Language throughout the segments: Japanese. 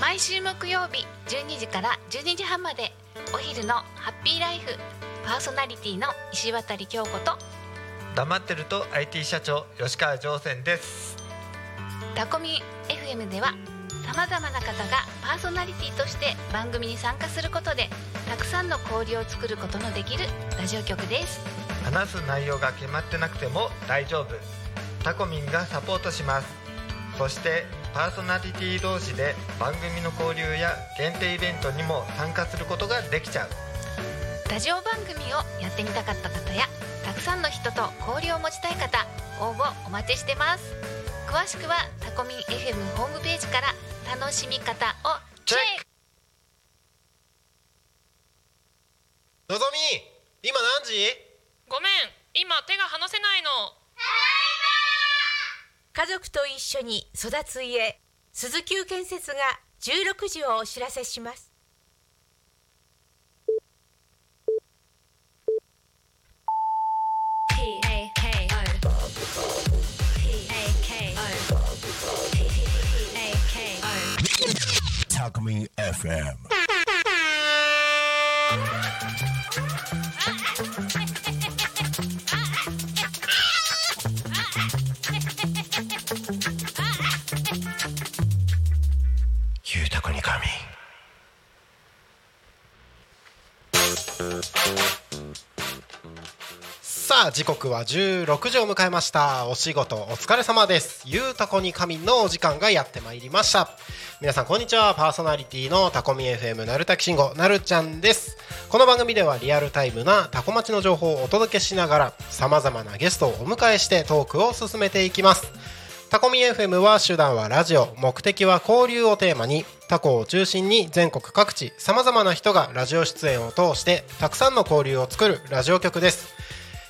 毎週木曜日12時から12時半までお昼のハッピーライフパーソナリティの石渡京子と黙ってると IT 社長吉川上泉ですタコミ FM ではさまざまな方がパーソナリティとして番組に参加することでたくさんの交流を作ることのできるラジオ局です話す内容が決まってなくても大丈夫タコミンがサポートしますそしてパーソナリティ同士で番組の交流や限定イベントにも参加することができちゃうラジオ番組をやってみたかった方やたくさんの人と交流を持ちたい方応募お待ちしてます詳しくはタコミン FM ホームページから楽しみ方をチェックのぞみ今何時ごめん今手が離せないの家族と一緒に育つ家鈴木建設が16時をお知らせしますタコミン FM ゆうたこに神さあ時刻は16時を迎えましたお仕事お疲れ様ですゆうたこに神のお時間がやってまいりました皆さんこんにちはパーソナリティのタコミ FM なるたきしんごなるちゃんですこの番組ではリアルタイムなタコ町の情報をお届けしながらさまざまなゲストをお迎えしてトークを進めていきますタコミ FM は手段はラジオ目的は交流をテーマにタコを中心に全国各地さまざまな人がラジオ出演を通してたくさんの交流を作るラジオ局です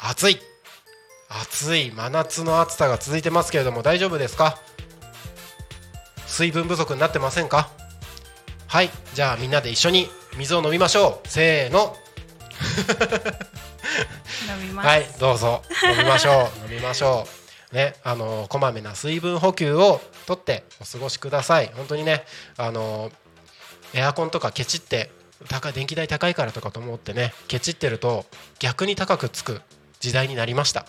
暑い暑い真夏の暑さが続いてますけれども大丈夫ですか水分不足になってませんかはいじゃあみんなで一緒に水を飲みましょうせーの飲みます。はい、どうぞ飲みましょ う飲みましょうねあのこまめな水分補給をとってお過ごしください本当にねあのエアコンとかケチって高い電気代高いからとかと思ってねケチってると逆に高くつく時代になりました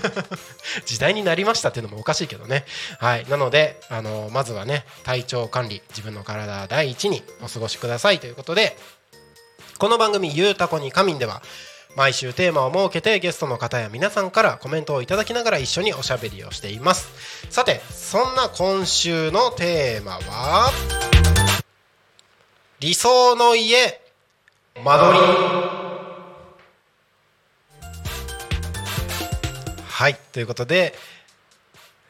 時代になりましたっていうのもおかしいけどねはいなのであのまずはね体調管理自分の体第一にお過ごしくださいということでこの番組「ゆうたこにかみん」では毎週テーマを設けてゲストの方や皆さんからコメントをいただきながら一緒におしゃべりをしていますさてそんな今週のテーマは理想の家間取りはいということで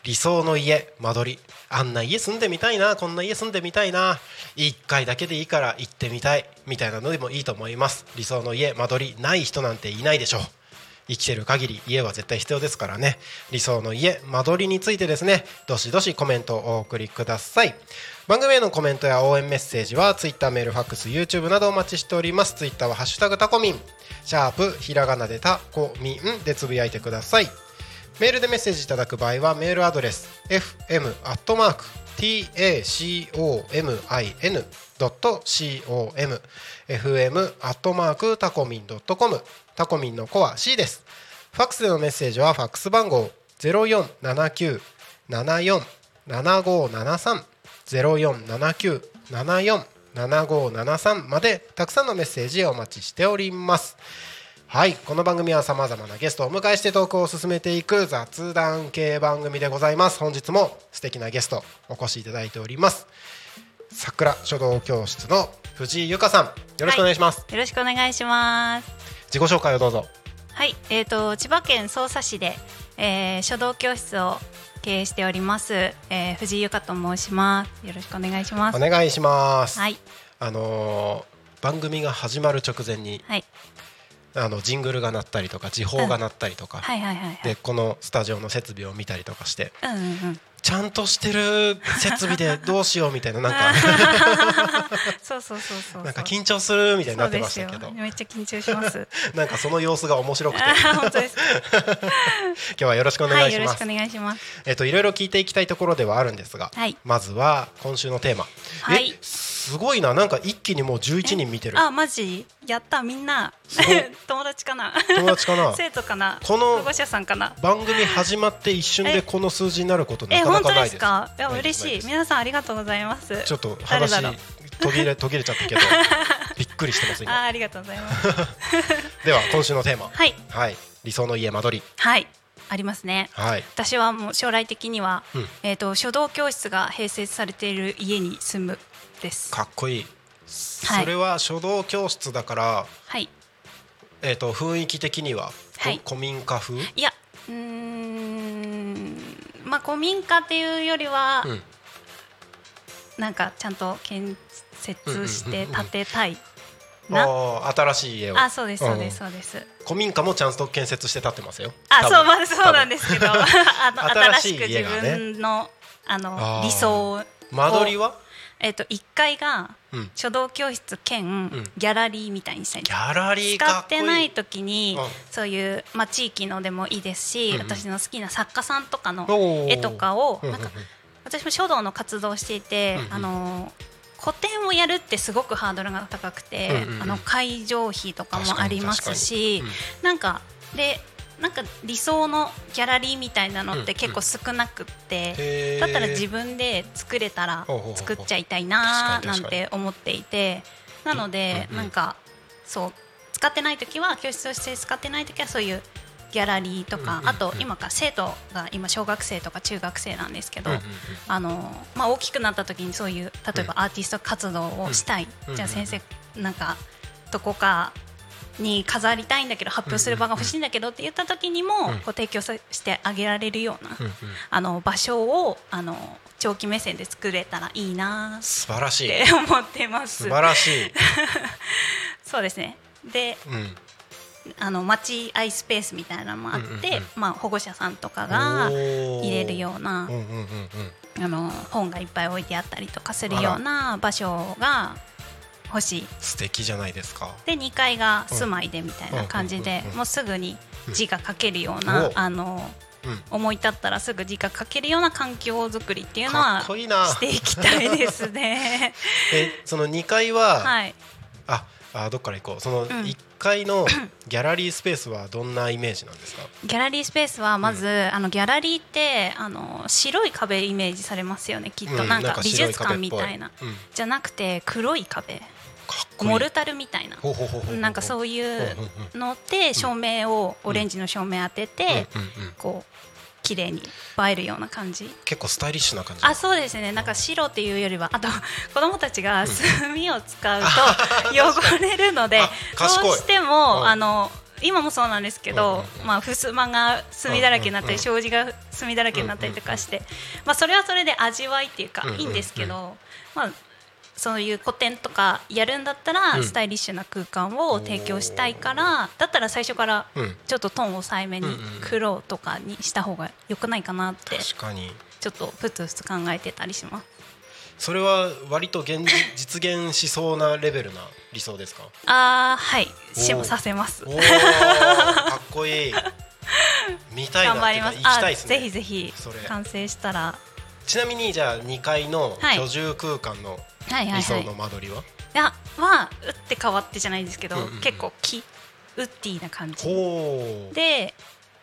理想の家間取りあんな家住んでみたいなこんな家住んでみたいな1回だけでいいから行ってみたいみたいなのでもいいと思います理想の家間取りない人なんていないでしょう生きてる限り家は絶対必要ですからね理想の家間取りについてですねどしどしコメントをお送りください番組へのコメントや応援メッセージは Twitter メールファックス YouTube などお待ちしております Twitter は「ハッシュタグタコミン」シャープひらがなでタコミンでつぶやいてくださいメールでメッセージいただく場合はメールアドレス fm.tacomin.com fm.tacomin.com タコミンのコア C ですファックスでのメッセージはファックス番号0479747573 0479747573までたくさんのメッセージお待ちしておりますはいこの番組はさまざまなゲストをお迎えしてトークを進めていく雑談系番組でございます本日も素敵なゲストお越しいただいております桜書道教室の藤井由香さんよろしくお願いします、よろしくお願いします。自己紹介をどうぞはい、えっ、と千葉県匝瑳市で、えー書道教室を経営しております、えー、藤井由香と申します。よろしくお願いします。お願いします、はいあのー番組が始まる直前にはいあのジングルが鳴ったりとか時報が鳴ったりとか、はいはいはいはい。でこのスタジオの設備を見たりとかしてうんうん うん。ちゃんとしてる設備でどうしようみたいな なんかそうそうそうそう。なんか緊張するみたいになってましたそけうでどすよめっちゃ緊張 します。なんかその様子が面 白くてあー本当ですか。今日はよろしくお願はいいしよろましすくお。願いします。えっといろいろ聞いていきたいところではあるんですが、はいまずは今週のテーマ。はいえすごいななんか一気にもう11人見てる。あマジやったみんなすごい 友達かな友達かな。 生徒かなこの保護者さんかな。番組始まって一瞬でえこの数字になることなえかな本か当ないでですす。か。いやないで嬉すしいないです皆さんありがとうございます。ちょっと誰話だろう途切 れ途切れちゃったけどびっくりしてますあー今。ありがとうございます。では今週のテーマ。はいはい理想の家間取り。はいありますね。はい。私はもう将来的には、うんえっ、と書道教室が併設されている家に住むです。かっこいい。それは書道教室だからはい。えっと雰囲気的にはこはい古民家風。いや、うーん、まあ古民家っていうよりは、うんなんかちゃんと建設しうんうんてうんうん建てたいな。あー新しい家を。あ、そうですそうでんすそうです。古民家もちゃんと建設して建ってますよ。あ、多分そうまあそうなんですけ ど、あの新新ししいく家自がね分のあのあー理想を間取りは？えっ、と一階がうん書道教室兼、んギャラリーみたいにしたいんですギャラリー使かっっこいい。てない時にうんそういう、まあ、地域のでもいいですし、うんうん私の好きな作家さんとかのおー絵とかをうんうなんうんんか私も書道の活動をしていて、うんうんあの個展をやるってすごくハードルが高くて、うんうんうんあの会場費とかもありますし、確かに確なんかでなんか理想のギャラリーみたいなのって結構少なくって。へーだったら自分で作れたらほうほうほう作っちゃいたいな確ーかになん確かにて思っていてなのでうんうんなんかそう使ってない時は教室として使ってない時はそういうギャラリーとうんうんかうんあと今から生徒が今小学生とか中学生なんですけどうんうんうんあのまあ大きくなった時にそういう例えばアーティスト活動をしたいうんじゃあうんうん先生なんかどこかに飾りたいんだけど発表する場が欲しいんだけどって言った時にもうんこう提供さしてあげられるようなうんうんあの場所をあの長期目線で作れたらいいなっ素晴らしい。て思ってます素。晴らしい。そうですね。で、うん。あの待合スペースみたいなのもあって、うんうんうんまあ保護者さんとかが入れるよううなんうんうんうん。あの本がいっぱい置いてあったりとかするような場所が欲しい。素敵じゃないですか。で2階が住まいでみたいな感じうんうんでうんうんもうすぐに字が書けるような、うんあのうん。思い立ったらすぐ字が書けるような環境づくりっていうのかはっこいいな。 していきたいですね。えその二階ははい、ああどっから行こう。そのん一階のギャラリースペースはどんなイメージなんですか。ギャラリースペースはまず、あのギャラリーってあの白い壁イメージされますよねきっと、うんなんか美白い術壁館っみぽたいな、うんじゃなくて黒い壁かっこいい。モルタルみたいなほうほうほうほう。なんかそういほううほうほので照明をオレンジの照明当てて、うんうんうんこう綺麗に映えるような感じ結構スタイリッシュな感じ。あそうですねなんか白っていうよりはあと 子供たちが墨を使うと汚れるの であどう賢いしてうんもあの今もそうなんですけうんうんどうんまあ襖が墨だらけになったうんり障子が墨だらけになったりとかしてまあそれはそれで味わいっていうかうんうんいいんですけどまあそういう古典とかやるんだったうらんスタイリッシュな空間を提供したいからだったら最初からうんちょっとトーンを抑えめにうんうんうん黒とかにした方が良くないかなって確かに。ちょっとふつふつ考えてたりします。それは割と現実実現しそうなレベルな理想ですか。ああはい、しおーもさせます。 おお、かっこいい。見たいな頑ってい張りうかま行す。きあたいですーね。ぜひぜひそれ完成したら、ちなみにじゃあ2階のはい居住空間のはいはい理は想い。いの間取りは、やは打って変わってじゃないんですけど、うんうんうん結構木ウッディな感じ。ほう。で、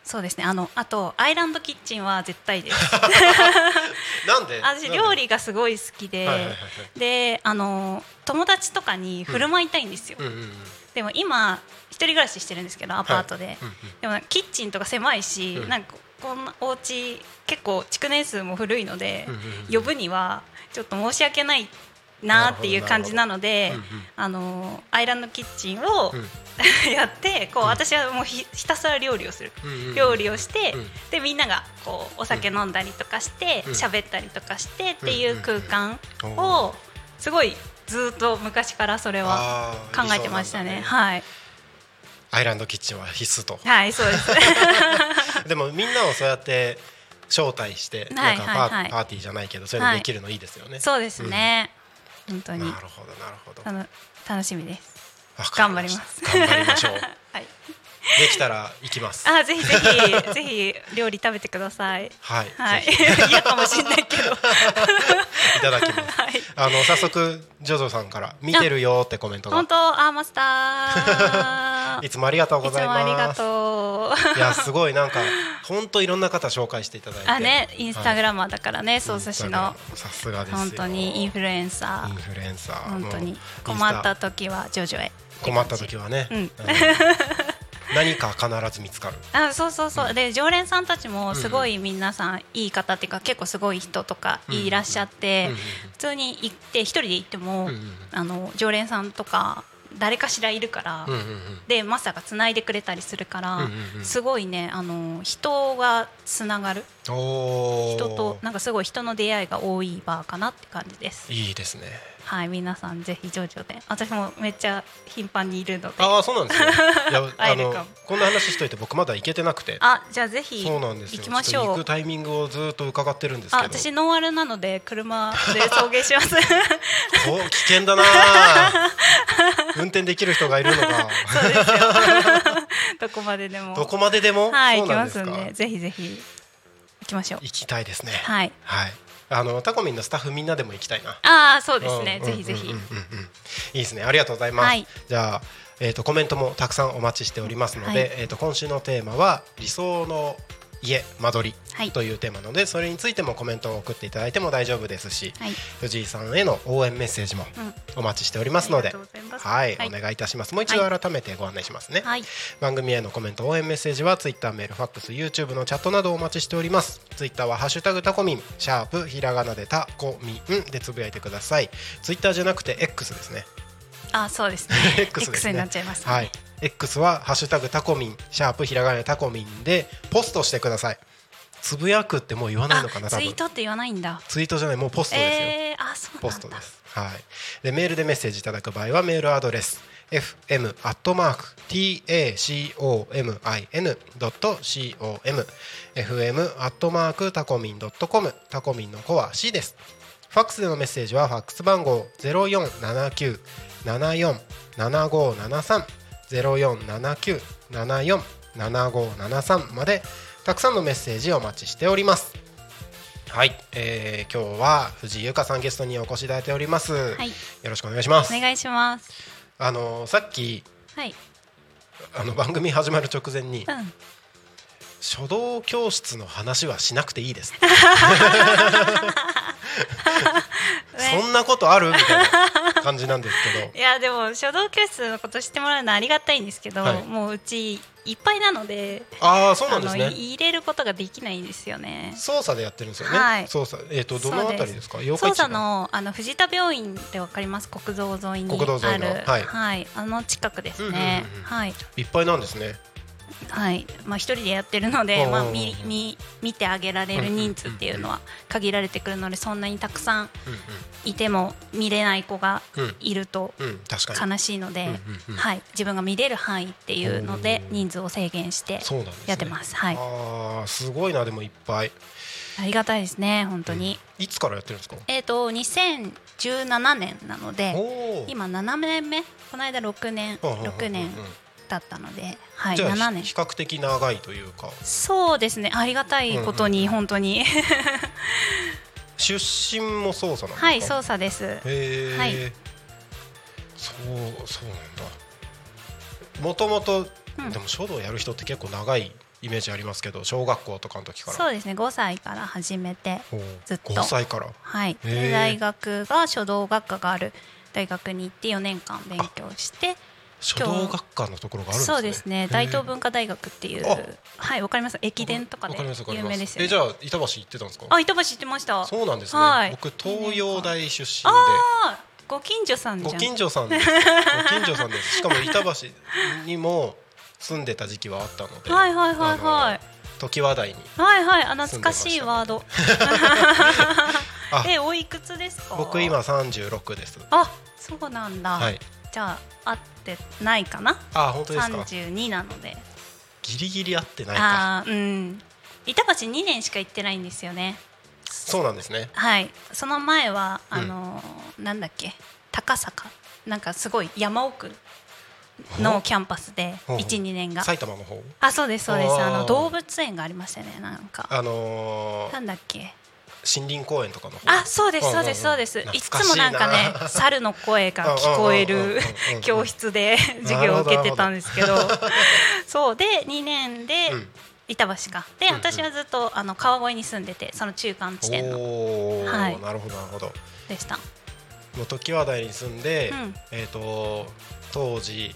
そうですね。あのあとアイランドキッチンは絶対 です。なんで？私なんで料。理がすごい好きで。はいはいはいはであの友達とかに振る舞いたいんですよ、い。うんうんうん。でも今一人暮らししてるんですけどアパートで、うんうんでもなんかキッチンとか狭いし、うんなんかこんなお家結構築年数も古いので、うんうんうん呼ぶにはちょっと申し訳ないなっていう感じなのでなるほどうんうんあのアイランドキッチンをう やってこう私はもうひひたすら料理をするうんうんうん料理をしてうんでみんながこうお酒飲んだりとかしてうん喋ったりとかしてっていう空間うんうんうんをすごいずっと昔からそれはあー考えてました理想なんねだはいアイランドキッチンは必須とはいそうです でもみんなをそうやって招待してなはんいかはいパはーいパーティーじゃないけどそういうのできるのいいですよね、そうですね本当なにるほどなるほどたの楽しみですわか頑張ります頑張りましょう はいできたら行きますあぜひぜひぜひ料理食べてください。はい、はいぜひい、 嫌かもしれないけ ど、ただきます はい、あの早速ジョジョさんから見てるよってコメントが本当アーマスタ ー。いつもありがとういごつもざいますありがとう。いやすごいなんか本当いろんな方紹介していただいてあね、インスタグムラマーだからね、操作師のさすがですよ本当にインフルエンサインー。フルエンサー本も当うインにスタ困った時はジョジョへ。困った時はね、うんうん 何か必ず見つかるあそうそうそう、で常連さんたちもすごい皆さんいい方っていうか結構すごい人とかいらっしゃって、うんうんうん普通に行って一人で行ってうも、んうんあの常連さんとか誰かしらいるから、うんうんうんでマスターがつないでくれたりするから、うんうんうんすごいねあの人がつながるおー人となんかすごい人の出会いが多いバーかなって感じです。いいですねはい皆さんぜひジョジョで私もめっちゃ頻繁にいるのであああそうなん ですねいやあ会えるのかもこんな話しといて僕まだ行けてなくてじゃあぜひそうなんで行すよきましちっとょ行うくタイミングをずっと伺ってるんですけあど私ノンアルなので車で送迎します こう危険だな あ運転できる人がいるのがどこまででもどこまででも、はいそ行うきなんまですすんかでぜひぜひ行きましょう行きたいですねい、はいはい、あのタコミンのスタッフみんなでも行きたいなああそうですねうんぜひぜうひんうんうんうんいいですねありがとうございます、はいじゃあえっ、とコメントもたくさんお待ちしておりますので、はいえっ、と今週のテーマは理想の家間取はりいというテーマなので、それについてもコメントを送っていただいても大丈夫ですし、はい藤井さんへの応援メッセージもお待ちしておりますのあで、りがとうございますはい、はいお願いいたしますもう一度改めてご案内しますね、はい番組へのコメント応援メッセージはツイッターメールファックス YouTube のチャットなどお待ちしておりますツイッターは「ハッシュタグタコミン」シャープひらがなでタコミンでつぶやいてくださいツイッターじゃなくて X ですね あそうですね X ですねになっちゃいますねはい X は「ハッシュタグタコミン」シャープひらがなでタコミンでポストしてくださいつぶやくってもう言わないのかなあ多ツイ分ートって言わないんだツイートじゃないもうポストですよ、えー、あそうなんだポストです。はい。でメールでメッセージいただく場合はメールアドレス fm アットマーク t a c o m i n ドット c o m fm アットマークタコミンドットコムタコミンの子は C です。ファックスでのメッセージはファックス番号ゼロ四七九七四七五七三ゼロ四七九七四七五七三までたくさんのメッセージをお待ちしております。はい、えー、今日は藤井優香さんゲストにお越しいただいております。はいよろしくお願いします。お願いしますあのさっきはい、あの番組始まる直前にうん、書道教室の話はしなくていい です。そんなことあるみたいな感じなんですけ いやでも書道教室のこと知ってもらうのはありがたいんですけど、はいもううちいっぱいなのでど。ああそうなあんでのすいね。入れることができないんですよね。操作でやってるんですよね。はい操作えっ、とどのあたりですか。八日市捜査のあの藤田病院ってわかります国道沿いに国道沿あいのるはいあの近くですね、うんうんうんうんはいいっぱいなんですね。はいまあ一人でやってるのおうおでうおうまあ見見見てあげられる人数っていうのは限られてくるのでそんなにたくさんういても見れない子がうんいるとんうんうん確かに。悲しいので、うんうんうんはい自分が見れる範囲っていうのでおー人数を制限してそうなんです、ね。やってますはいああすごいなでもいっぱい。ありがたいですね本当に、いつからやってるんですか。えっ、と2017年なのでおお。今7年目この間6年うんうんうんうん6年だったので、はい、じゃあ7比年較的長いというかそうですねありがたいことに本 当に出身も操作なんですか。はい操作ですへえ、はいそうそうなんだもともとうんでも書道やる人って結構長いイメージありますけど小学校とかの時からそうですね5歳から始めておうずっと5歳からはいへえで大学が書道学科がある大学に行って4年間勉強して書道学科のところがあるんですねそうですね大東文化大学っていうあはいわかります駅伝とかでわりますわかり有ます名ですよえじねゃあ板橋行ってたんですかあ板橋行ってましたそうなんですね、はい僕東洋大出身であご近所さんごじゃん近所さんですご近所さんですしか も板橋にも住んでた時期はあったのではいはいはいはあいの時話題にはいはいあ懐かしいワードあ えおいくつですか僕今36ですあそうなんだ、はいじゃあ合ってないかなあ本当ですか32なのでギリギリ合ってないかああーうん板橋2年しか行ってないんですよねそうなんですねはいその前はうんあのーなんだっけ高坂なんかすごい山奥のキャンパスでほうほう12年が埼玉の方あそうですそうですああのー動物園がありましたよねなんかあのーなんだっけ森林公園とかの方あそうですうんそうですそうですうんうんいつもなんか懐 かしいねな猿の声が聞こえうんうんうんうんるうんうん教室で授業を受けてたんですけ どそうで2年でうん板橋かでうんうん私はずっとあの川越に住んでてその中間地点のおお、はいなるほどなるほどでしたもう時話題に住んで、うんえっ、と当時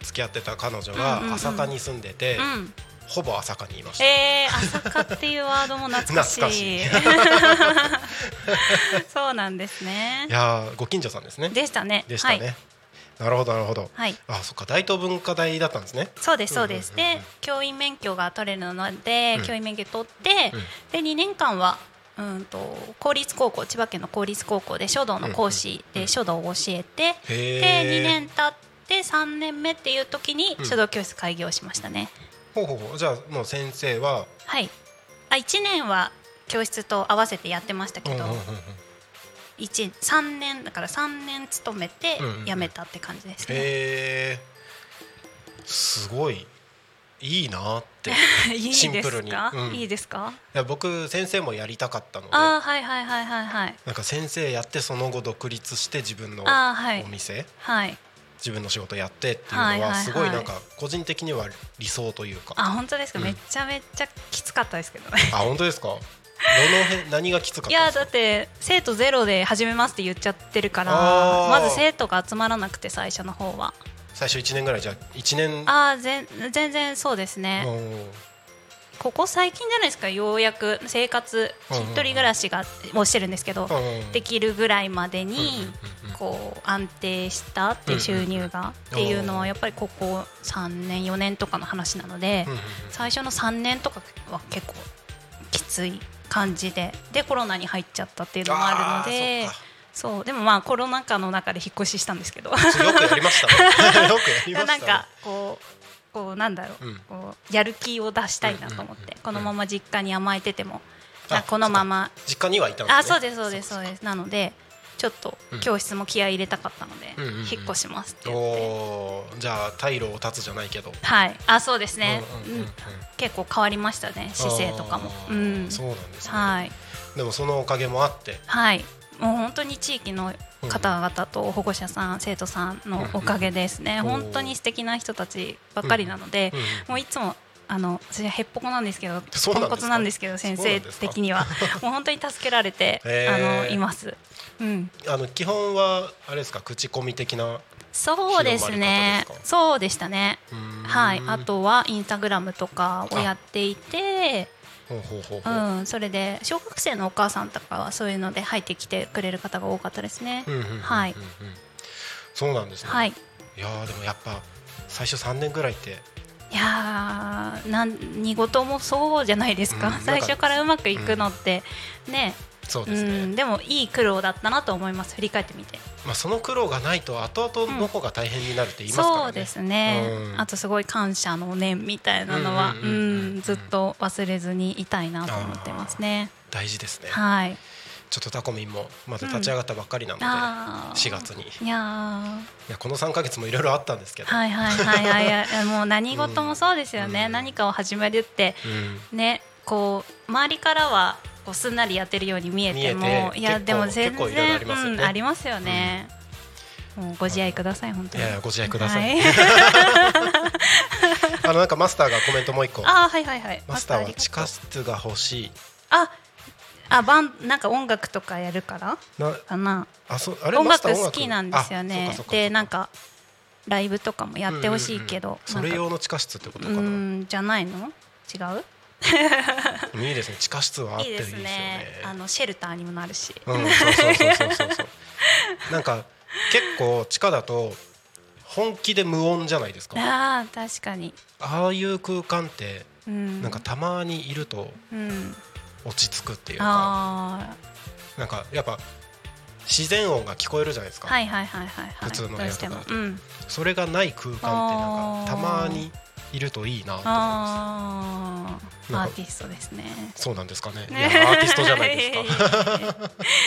付き合ってた彼女が朝霞に住んでて、うんほぼ朝霞にいました、え ー、朝霞っていうワードも懐かしい そうなんですねいやーご近所さんですねでしたねでしたね、なるほどなるほどはい、はい、あそっか大東文化大だったんですねそうですそうです、うんうんうんうんで教員免許が取れるので、うん教員免許取って、で2年間はうんと公立高校千葉県の公立高校で書道の講師うんうんで書道を教えて、へえで2年経って3年目っていう時にうん書道教室開業しましたね、ほうほうほうじゃあもう先生ははいあ1年は教室と合わせてやってましたけど、うんうんうんうん一3年だから3年勤めてうんうんうん辞めたって感じですね、へえすごいいいなってい いいシンでプすルにか、うんいいですかや僕先生もやりたかったのでああはいはいはいはいはいなんか先生やってその後独立して自分のあーはいお店、はい自分の仕事やってっていうのは,、はいはいはいすごいなんか個人的には理想というかあ本当ですか、うんめちゃめちゃきつかったですけどねあ本当ですかどの辺何がきつかったいやですかだって生徒ゼロで始めますって言っちゃってるからあーまず生徒が集まらなくて最初の方は最初1年ぐらいじゃあ1年ああ全全然そうですね、うんここ最近じゃないですかようやく生活うん一うんうん人暮らしがをしてるんですけうど、んできるぐらいまでうんにうんうんこう安定したっていう収入がうっんうんていうのはやっぱりここ3年4年とかの話なのでうんうんうん最初の3年とかは結構きつい感じででコロナに入っちゃったっていうのもあるのであーそっかそうでもまあコロナ禍の中で引っ越ししたんですけどよくやりました ねよくやりましたねなんかこう。こうなんだろう,、うんこうやる気を出したいなと思うって、んうんうんこのまま実家に甘えてても、ああこのまま実家にはいたんです、ね、あそうですそうですそうですなのでちょっとうん教室も気合い入れたかったので、うんうんうん引っ越しますってお言っておーじゃあ退路を断つじゃないけどはいあそうですね、うううんんんうんうん結構変わりましたね姿勢とかもあうーんそうなんですね、はいでもそのおかげもあってはいもう本当に地域の方々と保護者さん生徒さんのおかげですね、うんうん本当に素敵な人たちばっかりなので、うんうんもういつもあの私はへっぽこなんですけどそうポなんですかンコツなんですけど先そうな生んですか的に はもう本当に助けられて、へーあのいます。うんあの基本はあれですか口コミ的なそうですね広まり方ですかそうでしたねうーんはいあとはインスタグラムとかをやっていてほうほうほううほうんそれで小学生のお母さんとかはそういうので入ってきてくれる方が多かったですねうんうんうんうんうんはいそうなんですね、はいいやーでもやっぱ最初三年ぐらいっていやー何事もそうじゃないですか、うん最初からうまくいくのって、ねそううですね、んでもいい苦労だったなと思います振り返ってみてまあその苦労がないと後々の方が大変になるって言いますからね、そうですね、うんあとすごい感謝の念みたいなのはうんううんうんうんんずっと忘れずにいたいなと思ってますね大事ですねはいちょっとタコミンもまだ立ち上がったばっかりなので、あー4月にいいややこの3か月もいろいろあったんですけーど、はいはいはいはいいやもう何事もそうですよね、うん何かを始めるってうんねこう周りからはこうすんなりやってるように見えて見えもていや結構でも全結構いろいろあ然りますよねうんありますよね、もうご自愛ください本当いにやいやご自愛ください、はい、 あのなんかマスターがコメントもう一個あーはいはいはいマスターはりがとう地下室が欲しいああバンなんか音楽とかやるからなかなあそうあれ音マスタ楽ー好きなんですよねあそうかそうかそうかでなんかライブとかもやってほしいけど、うんうんうんそれなんか用の地下室ってことうかな、ーんじゃないの違うでもいいですね地下室はあっていいいいでですすよねねあのシェルターにもなるし、 うんそうそうそうそうそうそうなんか結構地下だと本気で無音じゃないですかあー確かに、ああいう空間ってうん、なんかたまにいるとうん、落ち着くっていうかあなんかやっぱ自然音が聞こえるじゃないですあか、はいはいはいはいはい普通の部ど屋うとしかてだもとうんそれがない空間ってなんかたまにいるといいなと思いまあなんあかアーティストですねすそうなんですかねねいやアーティストじゃないですか かそうそう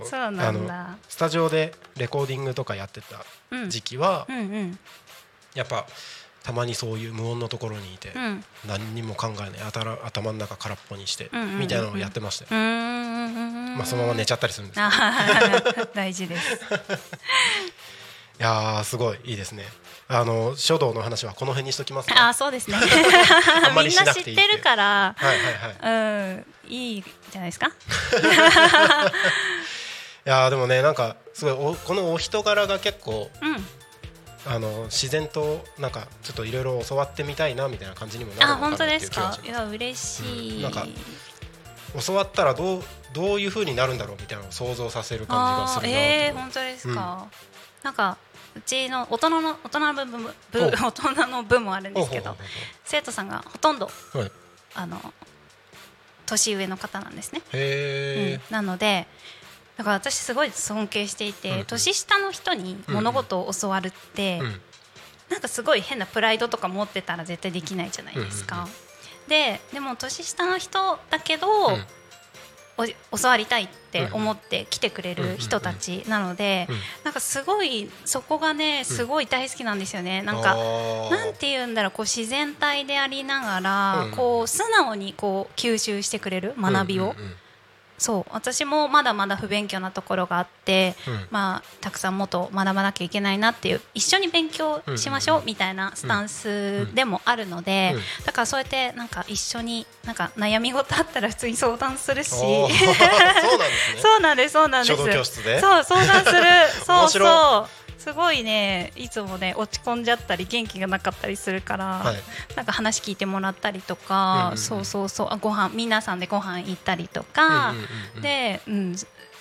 そうそうなんあのだスタジオでレコーディングとかやってたうん時期は、うんうんやっぱたまにそういう無音のところにいて、うん何にも考えないあたら頭の中空っぽにして、うんうんうんうんみたいなのをやってましたよ、ままあ、そのまま寝ちゃったりするんですけどゃ 大 事ですいやーすごいいいですねあの書道の話はこの辺にしときますあかーそうですねあんまりみんしななくて知いいっっててるからはいはいはいうんいいじゃないですかいやーでもねなんかすごいおこのお人柄が結構うんあの自然となんかちょっといろいろ教わってみたいなみたいな感じにもなるあのかな本当っていでうす気がかしいや嬉しうんいなんかます教わったらどうどういう風になるんだろうみたいなのを想像させる感じがあすーるなえー、と思う本当ですか、なんかうちの大人の大人の部分も部お大人の部もあるんですけほうどほうほ生徒さんがほとんどうほうはいあの年上の方なんですね、うへんなのでだから私すごい尊敬していて、うんうん年下の人に物事を教わるって、えうんなんかすごい変なプライドとか持ってたら絶対できないじゃないですうんうか、んででも年下の人だけど、うんお教わりたいって思って来てくれる人たちなので、うんなんかすごいそこがねすごい大好きなんですよね、なんあかーなんて言うんだろうこう自然体でありながら、うんこう素直にこう吸収してくれる学びを、うんうんうんそう私もまだまだ不勉強なところがあって、うんまあ、たくさんもっと学ばなきゃいけないなっていう一緒に勉強しましょううみたいなスタンスでもあるので、うんだからそうやってなんか一緒になんか悩み事あったら普通に相談するし。おー そうなんですね そうなんです、そうなんです。書道教室でそう、相談す る。そう面白そう。すごいね、いつもね、落ち込んじゃったり、元気がなかったりするから、はいなんか話聞いてもらったりとうんうんか、うんそうそうそう、あご飯皆さんでご飯行ったりとか、うんうんうんうんで、うん、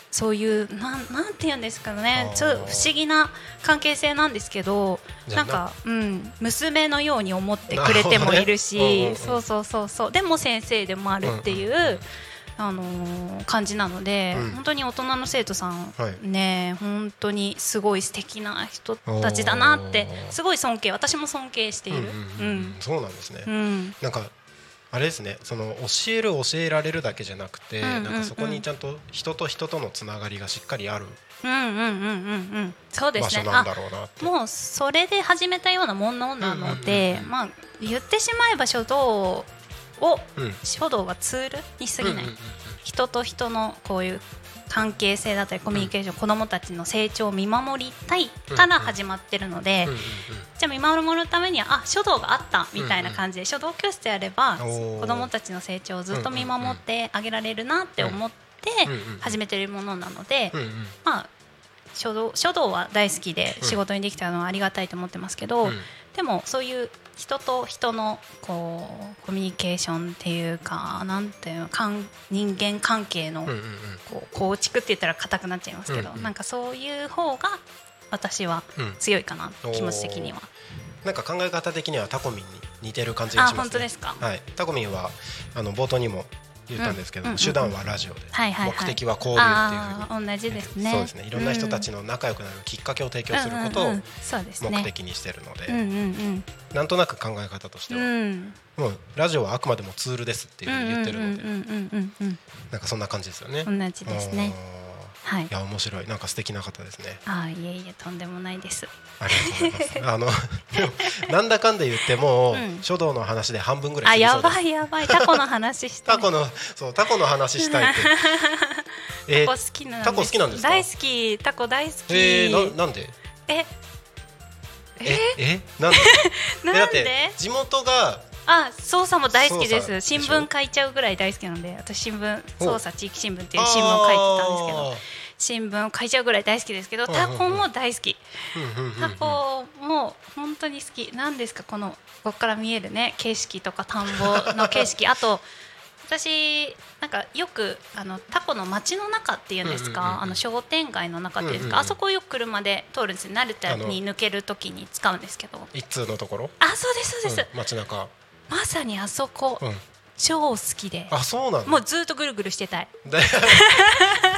そういうなんなんて言うんですかねあ、ーちょっと不思議な関係性なんですけど、じゃなあんか、うん、娘のように思ってくれてもいるし、なるほどねうんうんうんそうそうそうそう、でも先生でもあるっていう。うんうんうんあのー感じなので、うん本当に大人の生徒さん、はいね本当にすごい素敵な人たちだなっておーすごい尊敬私も尊敬している。ううんうんうんんそうなんですね、うんなんかあれですねその教える教えられるだけじゃなくて、うんうんうんなんかそこにちゃんと人と人とのつながりがしっかりあるうんうんうんうんうんそうで場す所ねなんだろうなって、もうそれで始めたようなものなのうで、んうんうんうんまあ言ってしまえば書道をうん書道はツールに過ぎない、うんうんうん人と人のこういう関係性だったりコミュニケーション、子どもたちの成長を見守りたいから始まってるので、うんうんじゃあ見守るためにはあ書道があったみたいな感じで、書道教室やればおー子どもたちの成長をずっと見守ってあげられるなって思ってうんうんうん始めてるものなので、うんうんうんまあ書道書道は大好きでうん仕事にできたのはありがたいと思ってますけど、うんでもそういう人と人のこうコミュニケーションっていうかなんていうのかん人間関係の、うんうんうんこう構築って言ったら硬くなっちゃいますけど、うんうんなんかそういう方が私はうん強いかな、おー気持ち的には。なんか考え方的にはタコミンに似てる感じがあしますね本当ですかはい、タコミンはあの冒頭にも言ったんですけども、うんうんうん手段はラジオで、はいはいはい目的は交流っていうふうあにあー同じですね。そうですねいろんな人たちのの仲良くなるきっかけを提供することをそうですね目的にしてるので、うんうんなんとなく考え方としてうんは、うんもうラジオはあくまでもツールですっていうふうに言ってるので、うんうんうんうんなんかそんな感じですよね。うん同じですね。はあーいい。や面白いなんか素敵な方です ね。あーいえいえとんでもないです。ありがとうございます。あの でもなんだかんで言っても、うん書道の話で半分ぐらあいや過ぎそうですばいやばいタコの話してなタいコのそうタコの話した いって。えタコ好きなんです。タコ好きなんですか大好きタコ大好き。えー、ななんで？えええなんで？えだ なっんてで？地元があ、捜査も大好きで。捜査ですしょ新聞書いちゃうぐらい大好きなので、私新聞ほう捜査地域新聞っていう新聞を書いてたんですけど、新聞を書いちゃうぐらい大好きですけど、うんうんうんタコも大好き。けどタコも本当に好き。なんですかこのここから見えるね景色とか田んぼの景色、あと私なんかよくあのタコの街の中っていうんですか、うんうんうんあの商店街の中っていうんですか、うんうんうんあそこをよく車で通るんですよ成田に抜ける時に使うんですけど一通のところあそうですそうです、うん街中まさにあそこ、うん超好きであそうなんだもうずっとぐるぐるして たいで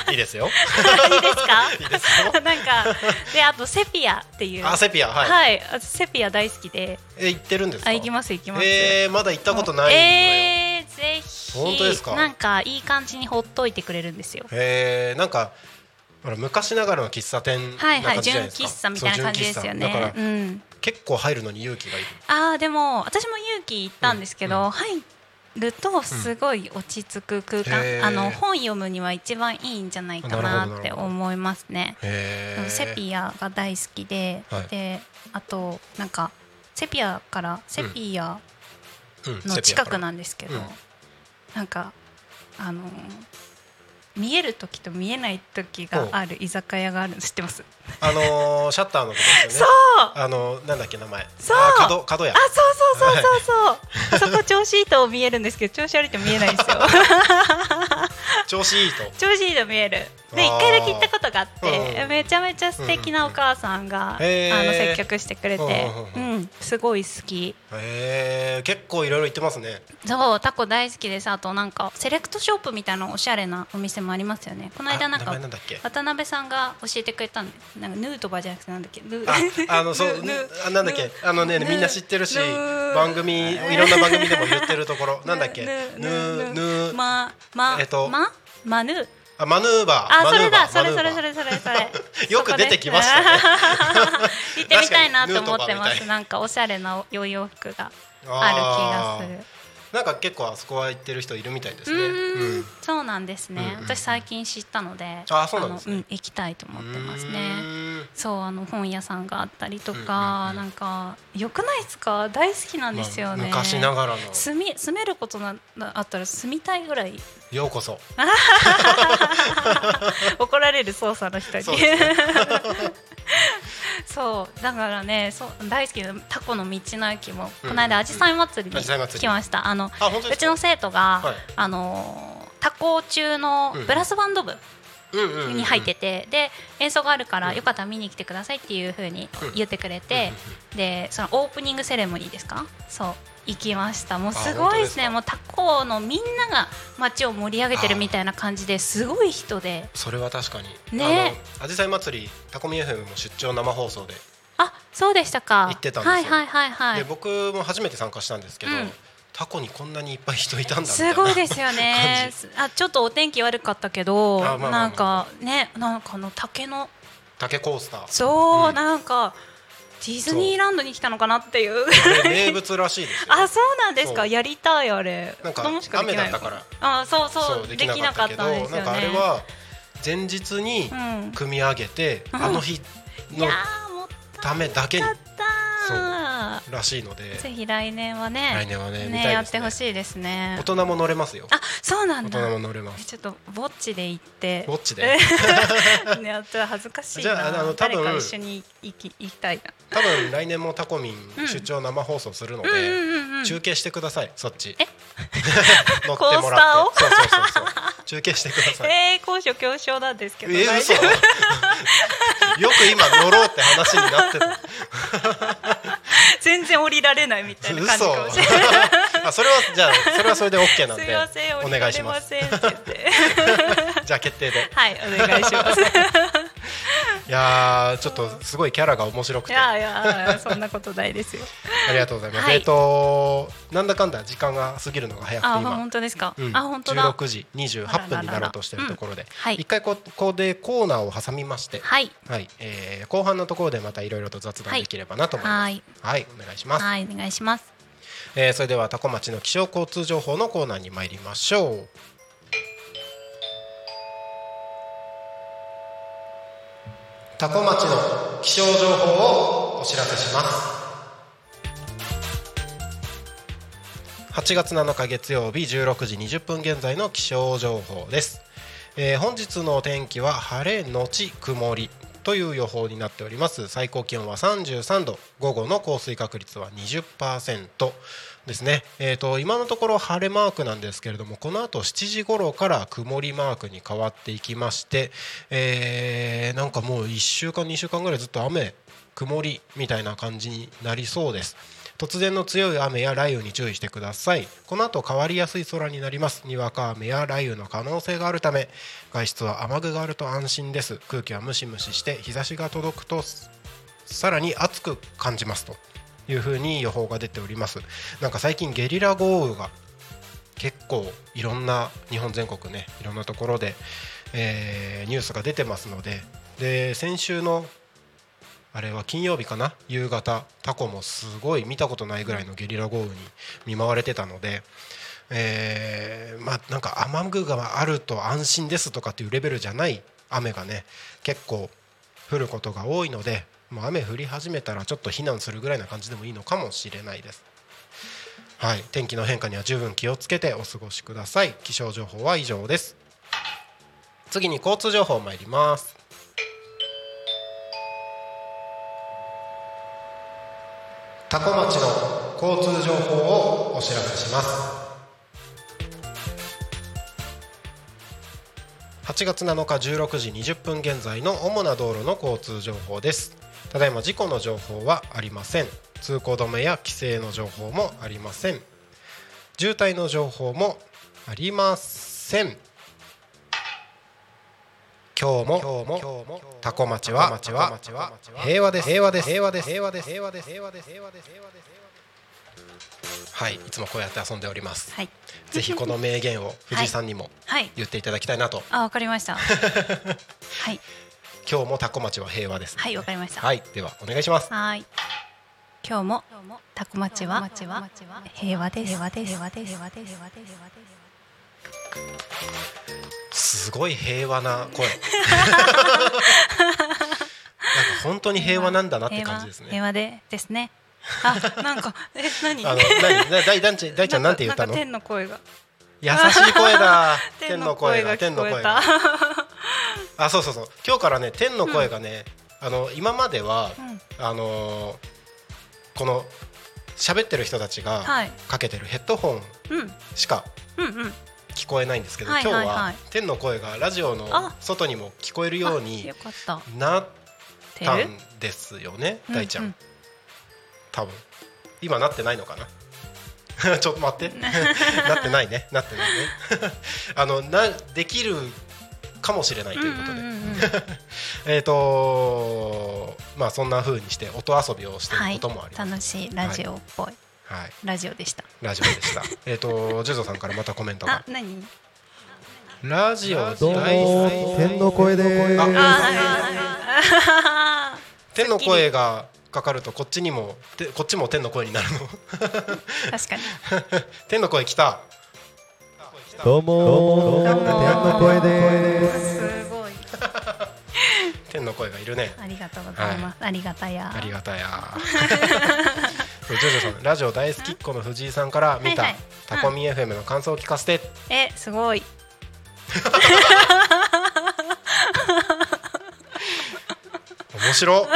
いいですよいいですかいいですよ なんかであとセピアって いうあセピアはい、はい、あセピア大好きでえ行ってるんですかあ行きます行きます、えー、まだ行ったことないのよええー、ぜひ本当ですかなんかいい感じにほっといてくれるんですよえー、なんかほら昔ながらの喫茶店なはい感はいじじゃ純ないですか、喫茶みたいな感じですそよう純喫茶だねかうらん結構入るのに勇気がいるあーでも私も勇気行ったんですけど、入るとすごい落ち着くう空んへ間、ーあの本読むには一番いいんじゃないかなるなほどっなてるほど思いますねへーセピアが大好きで、はいであとなんかセピアからセピアうんのセピア近からくなんですけど、うんなんかあのー見える時と見えない時がある居酒屋があるの知ってますあのー、シャッターのとこですそようねあのー、なんだっけ名前そうあー角角やあそうそうそうそうそうあそこ調子いいと見えるんですけど調子悪いと見えないんです よ調子いいと調子いいと見えるあーで一回だけ行ったことがあって、うんめちゃめちゃ素敵なお母さんが、うんへーあの接客してくれて、ううんうんんすごい好きへえ結構いろいろ行ってますねそうタコ大好きですあとなんかセレクトショップみたいなおしゃれなお店もありますよねこの間なんあ名か前なんだっけ渡辺さんが教えてくれたんでなんかヌートバーじゃなくてなんだっけヌ ーああのそうヌーあなんだっけあのねぬみんな知ってるしぬー番組いろんな番組でも言ってるところなんだっけ ヌーぬヌーぬヌーままえっとまマヌーあマヌーバーあマそヌれーバだーそれそマヌーバれーそれそれそれ よく出てきましたねそこです 行ってみたいなと思っ確かてまにヌートバーみたすいなんかおしゃれなお洋服がああーる気がするなんか結構あそこは行ってる人いるみたいですうねーんうんそうなんですね、うん私最近知ったのであそうなんですねあのうん、行きたいと思ってますねうーんそうあの本屋さんがあったりとうか、んうんうんなんか良くないですか大好きなんですよまね、あ昔ながらの住み住めることなあったら住みたいぐ らいようこそ怒られる捜査の人にそそううで だからねそう大好きなタコの道の駅もこの間あじさい祭りに紫陽花祭り来ましたあのあ本当でうすかちの生徒が、はいあのー多校中のブラスバンド部うんうんうんに入ってて、で演奏があるからよかったら見に来てくださいっていうふうに言ってくれて、でそのオープニングセレモニーですかそう行きましたもうすごいですねあもう他校のみんなが街を盛り上げてるみたいな感じですごい人でそれは確かにねあの紫陽花祭りタコミ FM も出張生放送であそうでしたか行ってたんですよはいはいはいはでい僕も初めて参加したんですけど、うんタコにこんなにいっぱい人いたんだみたいすなごいですよねあちょっとお天気悪かったけあどまあまあまあなんかねなんかあの竹の竹コースターそう、うんなんかディズニーランドに来たのかなっていうあれ名物らしいですよあそうなんですそかうやりたいあれなんか子供しかできない雨だったからあそうそうできなかったんですよねなんかあれは前日にうん組み上げて、うんあの日いのやーもためだけにったったらしいのでーぜひ来年はね来年はね見たいですねやってほしいですね大人も乗れますよあそうな大ん人だも乗れますちょっとぼっちで行ってぼっちで ねあとは恥ずかしいじゃああのな多分誰か一緒に行き行きたいな多分来年もタコミンうん出張生放送するので、うんうんうんうん中継してくださいそっちえ 乗っコてーもスらターっをてそうそうそうそう中継してくださ いえー、高所恐怖症なんですけえどー、大嘘丈 夫よく今乗ろうって話になってた全然降りられないみたいな感じ嘘かもしれない あそれはじゃあそれはそれで OK なんすでいません降おり願らいしれまますせんって言ってじゃあ決定で はい、お 願いします。いやーちょっとすごいキャラが面白くいてやあいや、そんなことないですよ。りがとうございます、はえいっ、となんだかんだ時間が過ぎるのが早くてあ、今本当ですか。うんあ、本当だ。 16時28分になろうとしているところで、あらららうんはい一回こここでコーナーを挟みまして、はいはい、えー後半のところでまたいろいろと雑談できればなと思います。ははいい、お願いします、はい、お願いします。えーそれではタコ町の気象交通情報のコーナーに参りましょう。タコ町の気象情報をお知らせします。8月7日月曜日16時20分現在の気象情報です。えー本日のお天気は晴れのち曇りという予報になっております最高気温は33度午後の降水確率は20%ですね、えー、と今のところ晴れマークなんですけれどもこの後7時頃から曇りマークに変わっていきまして、えーなんかもう1週間2週間ぐらいずっと雨曇りみたいな感じになりそうです突然の強い雨や雷雨に注意してくださいこの後変わりやすい空になりますにわか雨や雷雨の可能性があるため外出は雨具があると安心です空気はムシムシして日差しが届くとさらに暑く感じますというふうに予報が出ておりますなんか最近ゲリラ豪雨が結構いろんな日本全国ねいろんなところで、えーニュースが出てますのでで先週のあれは金曜日かな夕方タコもすごい見たことないぐらいのゲリラ豪雨に見舞われてたので、えーまあなんか雨具があると安心ですとかっていうレベルじゃない雨がね結構降ることが多いのでもう雨降り始めたらちょっと避難するぐらいな感じでもいいのかもしれないです。はい、天気の変化には十分気をつけてお過ごしください。気象情報は以上です。次に交通情報参ります。タコ町の交通情報をお知らせします。8月7日16時20分現在の主な道路の交通情報ですただいま事故の情報はありません通行止めや規制の情報もありません渋滞の情報もありません今日も今日も今日もタコ町は町は平和です平和です平和です平和です平和です平和です平和ですはいいつもこうやって遊んでおりますはい、ぜひこの名言を藤井さんにもはい、言っていただきたいなとあわかり ましたはい今日もタコ町は平和です、はいわかりましたはい、ではお願いします。はい今日もタコ町は平和です平和です平和ですすごい平和な声。なんか本当に平和なんだなって感じですね。平和平和でです ねあなんかえ何あの、何、だ、大、大ちゃん、大ちゃんなんて言ったの。か優し天の声がい声だ。天 天のの声声が、が天聞のこ声えがた。あ、そうそうそう、今日からね、天の声がね、あの、今までは、あのー。この。喋ってる人たちが、はいかけてるヘッドホンうんしかうんうん聞こえないんですけど、はいはいはい今日は天の声がラジオのあ外にも聞こえるようあによかったなってたるんですよね、大ちゃん、うう多分今なってないのかな ちょっと待 ってなってないねなってないね あのなできるかもしれないということで、うんうんうんうんえっ、とまあそんな風にして音遊びをしてはるいこともあります、楽しいラジオっぽいはいラジオでしたラジオでしたえっとジュゾさんからまたコメントあが何ラジオどうも大好き天の声ですああ天の声がかかるとこっちにもてこっちも天の声になるの ー確かに天の声来たどうもどうも天の声ですすごい天の声がいるねありがとうございますありがたやありがたやジョジョさんラジオ大好きっ子の藤井さんから見たはいはいタコミ FM の感想を聞かせてえすごい面白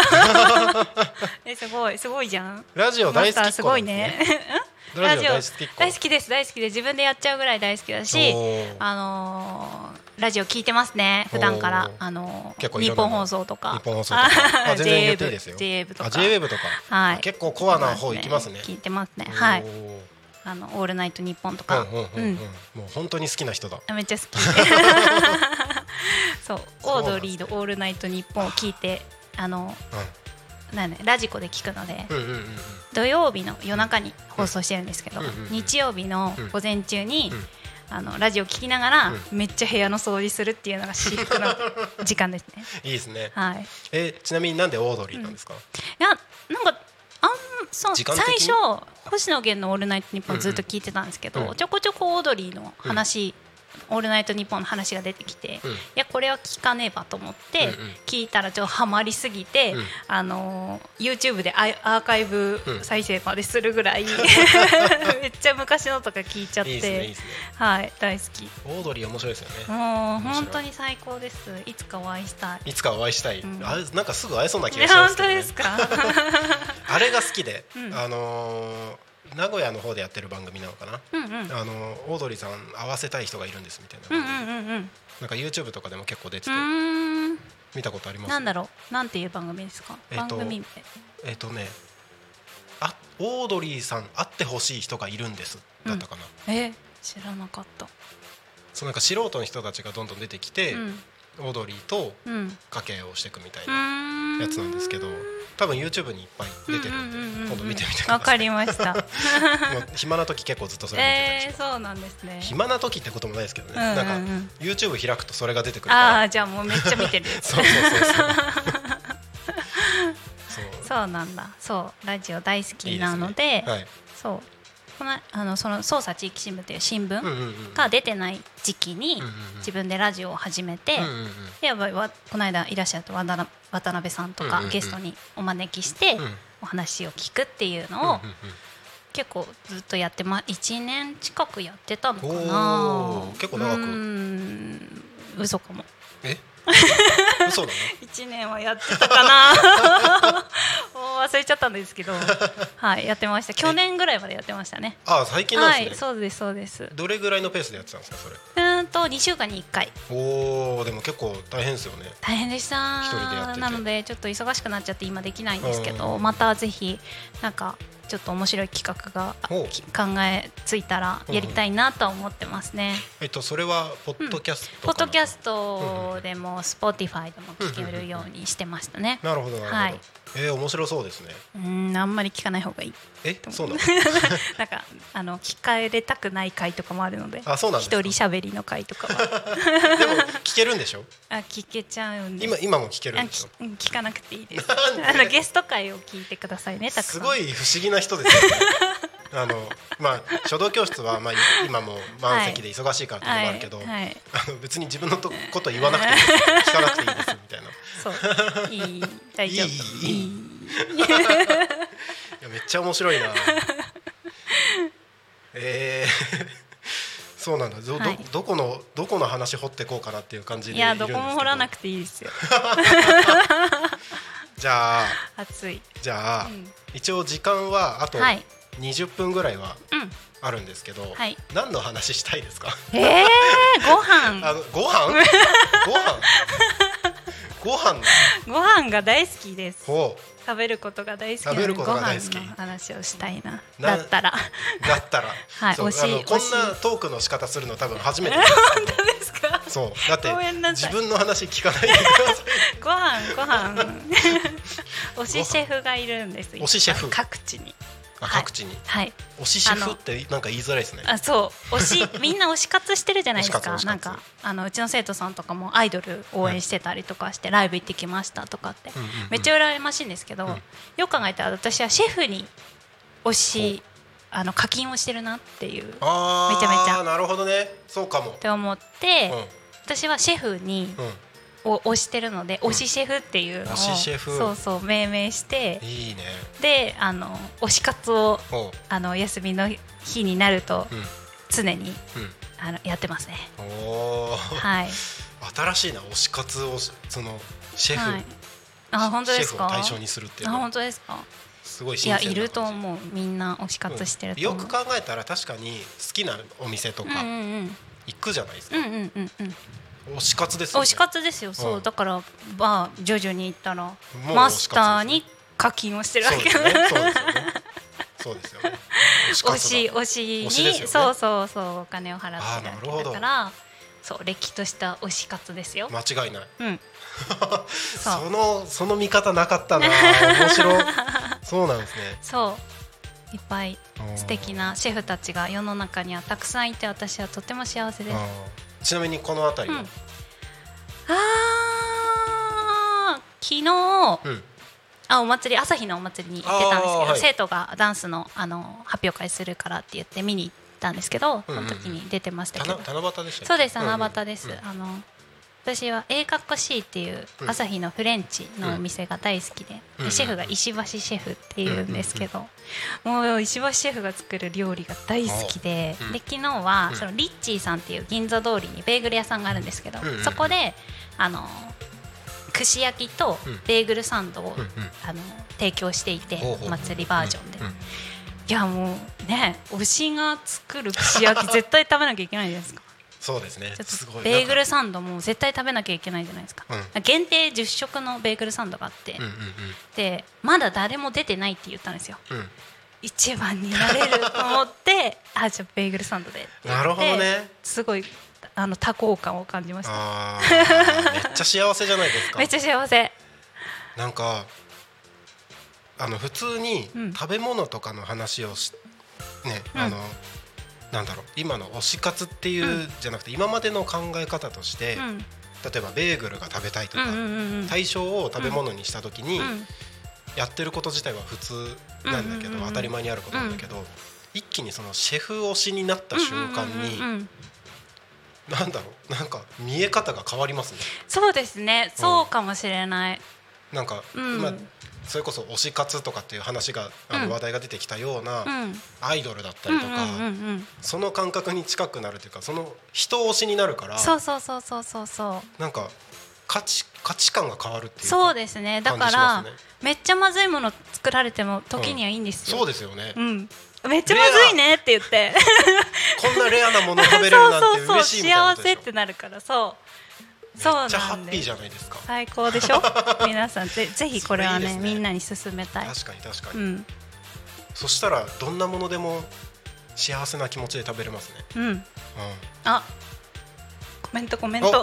えすごいすごいじゃんラジオマ大スタ好きーっす子ごないんですねね ララジジオオ大好きっ子大好きです大好きです自分でやっちゃうぐらい大好きだしおーあのーラジオ聞いてますね普段からおーあのー結構い日ろんなの本放送とか日本放送とかあ全然言っていいです よ JWAVE とかあ JWAVE とかはい結構コアな方行きますね聞いてますねはおいーあのオールナイトニッポンとかうんうんうんうんもう本当に好きな人だめっちゃ好 きそそううなオんですねードリーの「オールナイトニッポン」を聞いてあのなんだラジコで聞くのでうんうんうんうん土曜日の夜中に放送してるんですけどうんうんうん日曜日の午前中にうんあのラジオ聞きながらうめっちゃ部屋の掃除するっていうのが至福の時間です ね。いいですねはい、いえちなみになんでオードリーなんですかやなんかあんそう時最間的に初星野源の「オールナイトニッポン」ずっと聞いてたんですけど、うんうんちょこちょこオードリーの話「オールナイトニッポン」の話が出てきて、うんいやこれは聞かねばと思っうてんうん聞いたらちょっとハマりすぎて、うんあのー YouTube でアイアーカイブうん再生までする ぐらい、めっちゃ昔のとか聞いちゃっていいですねいいですねはい大好きオードリー面白いですよねもう本当に最高ですいつかお会いしたいいつかお会いしたい、んあれなんかすぐ会えそうな気いやがしま本すけ当ど、ね、ですか あれが好きで、うんあのー名古屋の方でやってる番組なのかな、うんうんあのーオードリーさん会わせたい人がいるんですみたいなうん感じで、うんうんうんなんか YouTube とかでも結構出てて、うーん見たことありますなんだろうなんていう番組ですか、えっと番組名えっ、とねあオードリーさん会ってほしい人がいるんですだったかな、え知らなかったそうなんか素人の人たちがどんどん出てきて、うんオードリーとうん家計をしていくみたいうなーんやつなんですけど多分 YouTube にいっぱい出てるんで、うううう今度見てみてくださいわかりましたもう 暇な時結構ずっとそれ見てたりしてえー、そうなんですね暇な時ってこともないですけどね、うんうんうんなんか YouTube 開くとそれが出てくるからああーじゃあもうめっちゃ見てる そうそうそうそうそう そうなんだそうラジオ大好きなのでいいすねはいそうこのあのその捜査地域新聞というう新んうん聞うんうんが出てない時期にうんうんうん自分でラジオを始めて、うんうんうんでやっぱりわこの間いらっしゃった渡辺渡辺さんとうんうんかうんゲストにお招きしてうんお話を聞くっていうのをうんうんうん結構ずっとやって、ま、1年近くやってたのかおなー結構長くうーん嘘か もえ 嘘だね1年はやってたか な もう忘れちゃったんですけどはいやってました去年ぐらいまでやってましたねああ最近なんはですね、いそうですそうですうどれぐらいのペースでやってたんですかそれーんと2週間に1回おおでも結構大変ですよね大変でした一人でやっててなのでちょっと忙しくなっちゃって今できないんですけど、うんまたぜひなんかちょっと面白い企画があほうき考えついたらやりたいなとは思ってますね、えっとそれはポッドキャストポッドキャトストでも Spotify でも聞けるようにしてましたね、なるほどなるほど、はいえー面白そうですねうんあんまり聞かない方がいい えそうなのなんかあの聞かれたくない回とかもあるのであそうなんで一すか人喋りの回とか はでも聞けるん でしょあ聞けちゃうんで今今も聞けるあんでしきょうん聞かなくていいですなんであのゲスト回を聞いてくださいねたくさんすごい不思議な人ですよね。 あのまあ書道教室はまあ今も満席で忙しいからっていうのもあるけど、はいはいあの別に自分のとこと言わなくていい聞かなくていいですみたいな。い そういい大丈夫いいいいやめっちゃ面 白いな。えー、 そうなんだ。どどはいどこのどこの話掘ってこうかなっていう感じでいいるんやですけどど。こも掘らなくていいですよじゃあ暑いじゃあ、うん一応時間はあとはい20分ぐらいはうんあるんですけど、はい何の話したいですか。えー、ご飯あのご 飯ご飯ご飯ご飯が大好きですを食べることが大好きな食べのでるごことが大飯好きの話をしたいななだったらだったら、はいそう惜しいあのこん惜しいなトークの仕方するの多分初め てなんですけどですかそうだってごめんな自さい分の話聞かないでくださご飯ご飯 推しシェフがいるんです推しシェフ各地にい各地にはい推しシェフってなんか言いづらいですねあそう推し みんな推し活してるじゃないです推しか活推し活なんかあのうちの生徒さんとかもアイドル応援してたりとかして、ライブ行ってきましたとかって、んうんうんめっちゃ羨ましいんですけど、よく考えたら私はシェフに推しあの課金をしてるなっていうっあーめちゃめちゃなるほどねそうかもて思って、う私はシェフに、んうんを推してるので推しシェフっていうのを推しシェフそうそう命名していいねであの推し活をおうあの休みの日になるとうん常に、うんあのやってますね。おーはい新しいな推し活をそのシェフ、はい、あ本当でシすかェフを対象にするっていうあのは本当ですかすごいい新鮮やないるとう思うみんな推し活してるとよ思う、く考えたら確かに好きなお店とうんうかんうん行くじゃないですか、うんうんうんうん推し活ですよね推し活ですよそう、うんだからバー徐々に行ったらうマスター推しに課金をしてるわそうでけすよねそうですよねそうですよね推し 推活だし推しに推しですよねそうそうそうお金を払ってあーなるるほわけどだからそうれっきとした推し活ですよ、間違いない うんそそうのその見方なかったな面白 いそうなんですねそういっぱい素敵なシェフたちが世の中にはたくさんいて私はとても幸せですあーちなみにこの辺りは、あー昨う日んあお祭り朝日のお祭りに行ってたんですけあーど、はい生徒がダンスのあの発表会するからって言って見に行っったんですけど、うんうんその時に出てましたけど、七七夕でしたそうですうんうん七夕です、あの私は A カッコ C っていううん朝日のフレンチのお店が大好きで,で、うんうんシェフが石橋シェフっていうんですけど、もう石橋シェフが作る料理が大好きで,、うんで昨日はうんそのリッチーさんっていう銀座通りにベーグル屋さんがあるんですけど、うんうんそこであの串焼きとベーグルサンドを、うんうんあの提供していてほうほうお祭りバージョンで、うんうんいやもうね推しが作る串焼き絶対食べなきゃいけないじゃないですかそうですねちょっとすごいベーグなルんかサンドも絶対食べなきゃいけないじゃないですか、う限定10食のベーグルサンドがあって、うんうんでまだ誰も出てないって言ったんですようんうん一番になれると思ってあじゃあベーグルサンドでって言ってなるほどねすごいあの多幸感を感じましたあ ーめっちゃ幸せじゃないですかめっちゃ幸せなんかあの普通にうん食べ物とかの話をし、ね、うんあのなんだろう今の推し活っていう、じゃなくて今までの考え方として、うん例えばベーグルが食べたいとか、うんうんうんうん対象を食べ物にした時に、うんやってること自体は普通なんだけど、うんうんうんうん当たり前にあることなんだけど、一気にそのシェフ推しになった瞬間に、うんうんうんうんなんだろうなんか見え方が変わりますね。そうですねそうかもしれない、なんか、うん今それこそ推し活とかっていう話があうんの話題が出てきたような、うん、アイドルだったうんりうとんか、うんうんその感覚に近くなるというかその人推しになるからそうそうそうそうそうそうなんか価値価値観が変わるっていうかそうですねだ感じかしまら、すねめっちゃまずいもの作られても時にはいいんですよ、そうですよね、うんめっちゃまずいねって言ってこんなレアなものを食そうべれるなん そうてそう嬉しいみたいな幸ことでしせっょてなるからそうそうめっちゃハなんッピーでじゃないですか最高 でしょ皆さんぜぜひこれはそれねいいですねみんなに勧めたい確かに確かうに、んそしたらどんなものでも幸せな気持ちで食べれますね、うんうあコメントコメントん、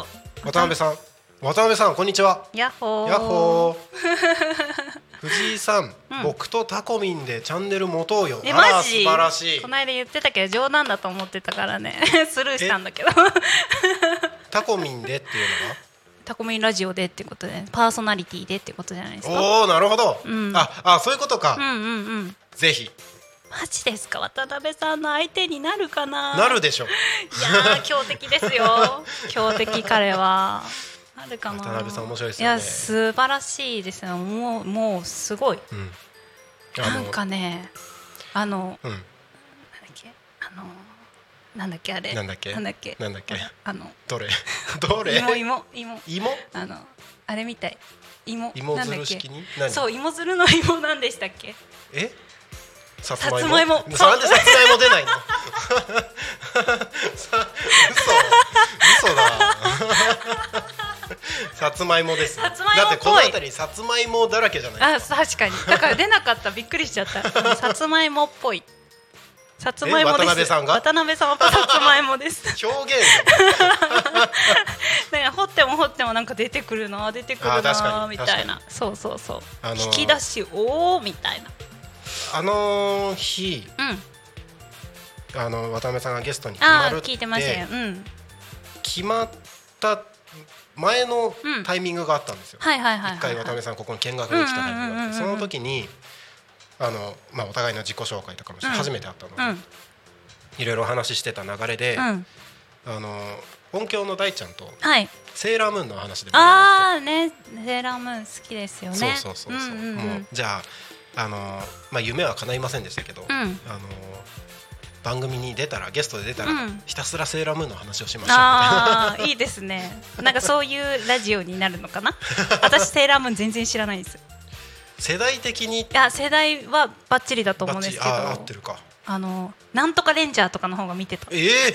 渡辺さん渡辺さんこんにちはヤッホーやっほー 藤井さん、うん僕とタコミンでチャンネル持とうよえあらマ素ジ晴らしいこの間言ってたけど冗談だと思ってたからね スルーしたんだけどタコミンでっていうのはタコミンラジオでってことでパーソナリティでってことじゃないですかおおなるほど、うんああそういうことか、うんうんうんぜひマジですか渡辺さんの相手になるかななるでしょういやー強敵で すよ強敵彼はなるかな渡辺さん面白いですよねいや素晴らしいですよもうもうすごいうんあなのんかねあのうんなんだっけあのなんだっけあれなんだっけなんだっけなんだっけあのどれ どれ芋芋芋芋あのあれみたい芋芋なんづだっるけ式に何そう芋づるの芋なんでしたっけえさつさつまいもそうなんでさつまいも出ないの さ嘘嘘だ さつまいもですさつまいもっだっぽいてこの辺りさつまいもだらけじゃないあ確かにだから出なかったびっくりしちゃ ったさつまいもっぽいさつまいもですえ渡辺さんが渡辺さんはさつまいもです 表現だから掘っても掘ってもなんか出てくるな出てくるあ確かなにみたいなそうそうそう、あのー引き出しおおみたいあの日なうんあの渡辺さんがゲストに決まあるっーて聞いてましたようん決まった前のうんタイミングがあったんですよ、はいはいはい一は回い渡辺さんここに見学に来たタイミングがあってうんそうんうんうんうんの時にあの、まあ、お互いの自己紹介とかもしてうん初めて会ったので、うんいろいろお話ししてた流れで、うんあの音響の大ちゃんとはいセーラームーンの話でもああねセーラームーン好きですよあねそうそうそうそう,、んうんうんもうじゃああの、まあ、夢は叶いませんでしたけど、んあの番組に出たらゲストで出たら、うんひたすらセーラームーンの話をしましょうみたいなああいいですねなんかそういうラジオになるの かな私セーラームーン全然知らないです世代的にいや世代はバッチリだとバ思うッんチですリけどあー合あってるかのなんとかレンジャーとかの方が見てたええ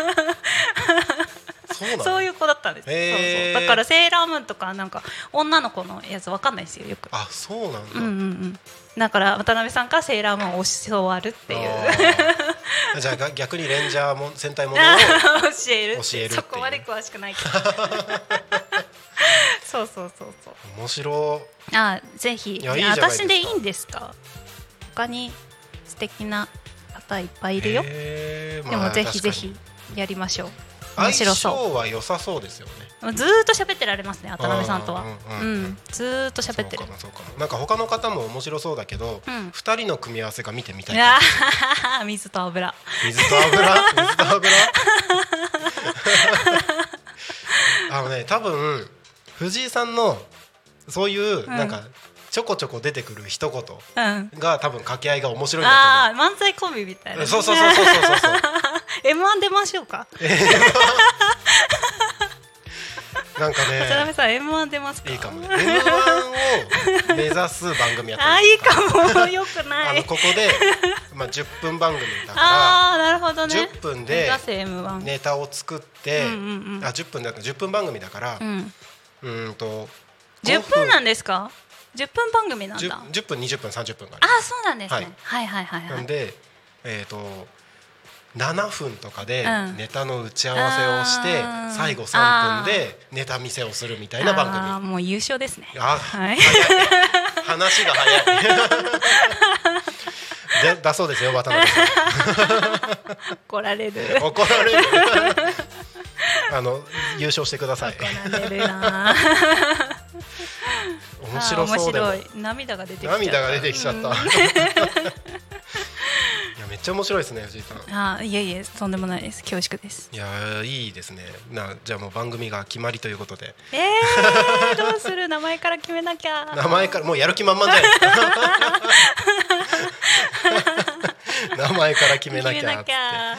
そうなのそういう子だったんです、へーそうそうだからセーラームーンとかなんか女の子のやつわかんないですよよくあそうなんだ、うんうんうんだから渡辺さんからセーラームーンを教わるっていうあーじゃあが逆にレンジャーも戦隊ものを 教え教えるっるていうそこまで詳しくな いけどそうそうそうそう面白あぜひいやいいじゃないですか私でいいんですか他に素敵な方いっぱいいるよ、へーでまもあぜひ確かぜにひやりましょう面白そ相性は良さそうですよねうずーっと喋ってられますね渡辺さんとはうんううんうんんずーっと喋ってそうる かもそうかもなんか他の方も面白そうだけど、う二ん人の組み合わせが見てみたいいやー 水と油水と 油水と油 あのね多分藤井さんのそういう、なんかちょこちょこ出てくる一言うんが多分掛け合いが面白いんだああ漫才コンビみたいとな思うそうそう そうそうそうそう M1 出ましょうかなんか渡辺ねさん M1 出ますかいいかもね M1 を目指す番組やってああまいいかも よくすあなのいここでまあ10分番組だからああなるほどね10分で目指せ M1 ネタを作って、うんうんうんあ10分だと10分番組だからう、んうーん、と10分なんんですか10分番組なん 10, だあ10分20分30分があるあそうなんですねはいはいはいはなんいでえっ、と7分とかでうんネタの打ち合わせをして、あー最後3分でネタ見せをするみたいな番組あーもう優勝ですねあ、はい早い話が早いでだそうですよ渡辺 さん怒 られる怒られるあの優勝してください怒られるなー面白そうであーも面白い涙が出てきちゃう涙が出てきちゃった。 いやめっちゃ面白いですね藤井さん。あーいえいえとんでもないです恐縮ですいやーいいですね。なじゃあもう番組が決まりということでえー、どうする名前から決めなきゃ名前からもうやる気満々じ ゃないですか。名前から決めなきゃ決めなきゃ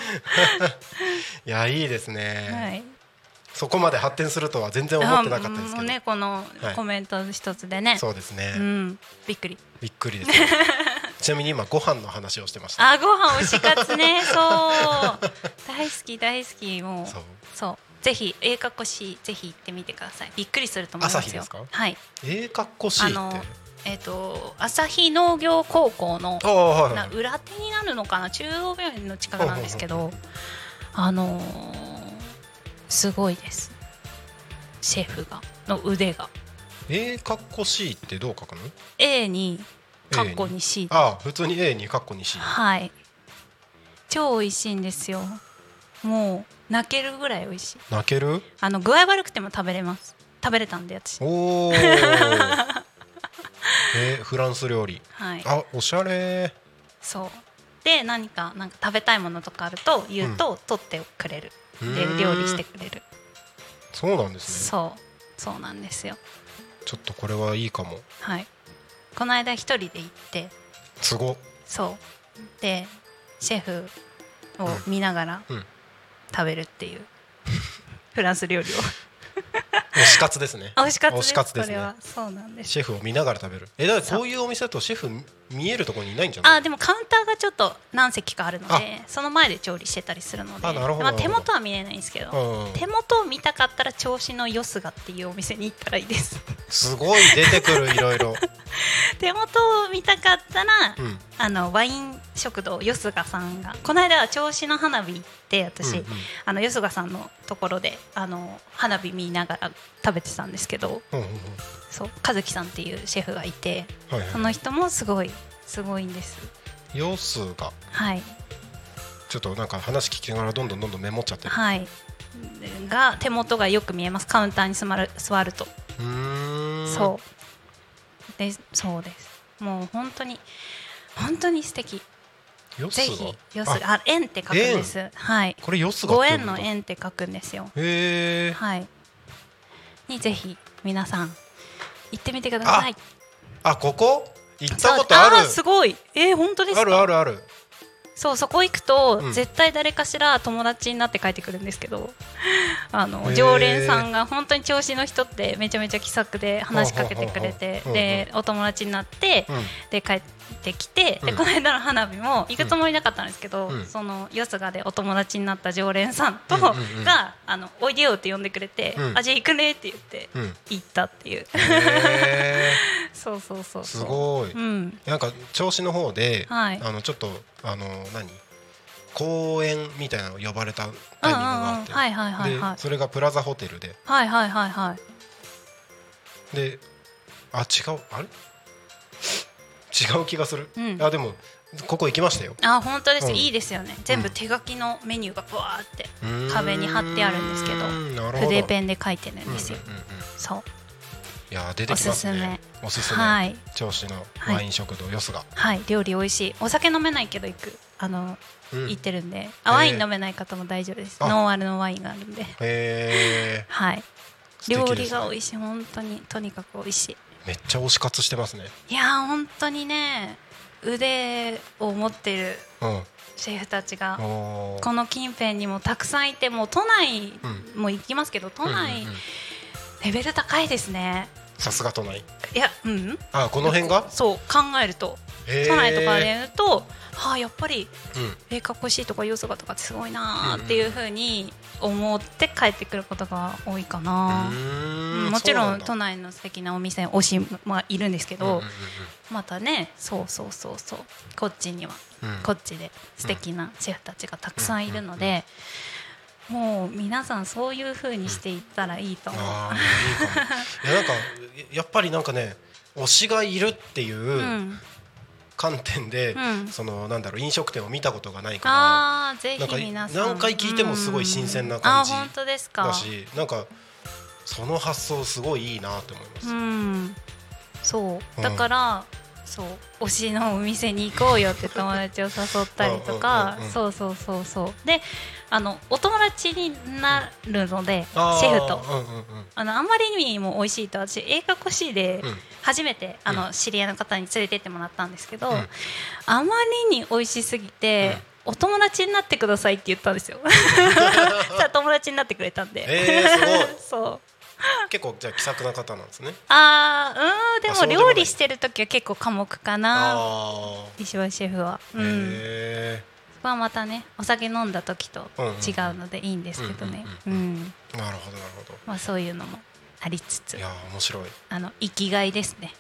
いやいいですね、はいそこまで発展するとは全然思ってなかったですけあもど、うねこのはいコメント一つでね、そうですね、うんびっくりびっくりです、 ね、ちなみに今ご飯の話をしてましたあご飯推し活 ねそう大好き大好きもうそそううぜひ映画越しぜひ行ってみてくださいびっくりすると思いますよ朝日ですかはいええかっこしいっあてのえっ、と朝日農業高校のああはいな裏手になるのかな中央病院の近くなんですけどあのーすごいですシェフがの腕がええかっこしいってどう書くの A にカッコ A にに C ああ普通に A にカッコに C はい超美味しいんですよもう泣けるぐらい美味しい泣けるあの具合悪くても食べれます食べれたんで私お おえーフランス料理はいあおしゃれそうで何かなんか食べたいものとかあると言うと、取ってくれるでで料理してくれるそうなんですねそうそうなんですよちょっとこれはいいかもはいこの間一人で行ってすごそうでシェフを見ながらうんうん食べるっ ていう、フランス料理を推し活ですねあ美味しかったです推し活ですねこれはそうなんですシェフを見ながら食べるえだからそういうお店だとシェフ見えるところにいないんじゃないあでもカウンターがちょっと何席かあるのであその前で調理してたりするのであなるほどまあ、なる手ほど元は見れないんですけど、うん手元を見たかったら調子のよすがっていうお店に行ったらいいですすごい出てくるいろい ろ手元を見たかったら、うんあのワイン食堂よすがさんがこの間は銚子の花火行って私、うんうんあのよすがさんのところであの花火見ながら食べてたんですけどうんうんうんそう和樹さんっていうシェフがいてはいそはの人もすごいすごいんですい様子がはいちょっとなんか話聞きながらどんどんどんどんメモっちゃってるはいが手元がよく見えますカウンターに座る座るとうーんそうでそうですもう本当に本当に素敵うよすぜがひよすがあ円って書くんですはいこれよすがごって縁読むんのだ円って書くんですよへえはい。にぜひ皆さん行ってみてください。あここ行ったことあるーすごい。えー、本当ですか。あるあるあるそうそこ行くと、うん絶対誰かしら友達になって帰ってくるんです けど、あへのー常連さんが本当に調子の人ってめちゃめちゃ気さくで話しかけてくれてほうほうほうほうでお友達になってうんで帰ってきて、うでんこの間の花火も行くつもりなかったんですけど、うんそのよすがでお友達になった常連さんと、うんうんうんがあのおいでよって呼んでくれて、うんあじゃあ行くねって言って、うん行ったっていうへ そうそうそうーすそうごいうんなんか調子の方ではいあのちょっとあの何公園みたいなの呼ばれたうタんイうんミンうグがあんってはいはいはいはいでそれがプラザホテルではいはいはいはいであ違うあれ違う気がするうんあでもここ行きましたよあ本当です、うんいいですよね全部手書きのメニューがぶわーって壁に貼ってあるんですけどうーんなるほど筆ペンで書いてるんですよ、うんうんうんうんそういやー出てきますねおすすめはい銚子のワイン食堂よすが、はい料理美味しいお酒飲めないけど行くあの、うん行ってるんでへあーワイン飲めない方も大丈夫ですあノンアルのワインがあるんでへえはい素敵ですね料理が美味しい本当にとにかく美味しめっちゃ推し活してますねいいやー本当にね腕を持ってるうんシェフたちがおーこの近辺にもたくさんいてもう都内も行きますけど、都うん内うんうんレベル高いですねさすが都内いやうんあこの辺がそう考えるとへー都内とかで言うと、はあやっぱりうんえーかっこいいしとか要素がとかってすごいなーっていうふうに思って帰ってくることが多いかな、うーもちろんそう都なだ内の素敵なお店推しも、まあ、いるんですけうんど、うんうんまたねそうそうそうそうこっちには、うんこっちで素敵なシェフたちがたくさんいるので、もう皆さんそういうふうにしていったらいいと思う、、あーいいかもいやなんかやっぱりなんかね推しがいるっていううん観点で、うんそのなんだろう飲食店を見たことがないかあーぜなんかひ皆さん何回聞いてもすごい新鮮な感じうんあー本当ですらかだしなんかその発想すごいいいなと思います、うん、そううんだから、そう推しのお店に行こうよって友達を誘ったりとうんかうんうんうんそうそうそうそうであのお友達になるので、あーシェフと。うんうんうんあのあんまりにも美味しいと私映画越しでうん初めて、あうの知り合いの方に連れてってもらったんですけど、んあまりに美味しすぎて、お友達になってくださいって言ったん ですよ。 そしたら友達になってくれたんで。えーすごい そう結構じゃあ気さくな方なんですねあーうんであそうもでもない料理してる時は結構寡黙かなあ石橋シェフは、あうーん、へそこはまたねお酒飲んだ時とうんうんうん違うのでいいんですけどねうんえなるほどなるほまあ、そういうのもありつつどいやー面白いあの生きがいですね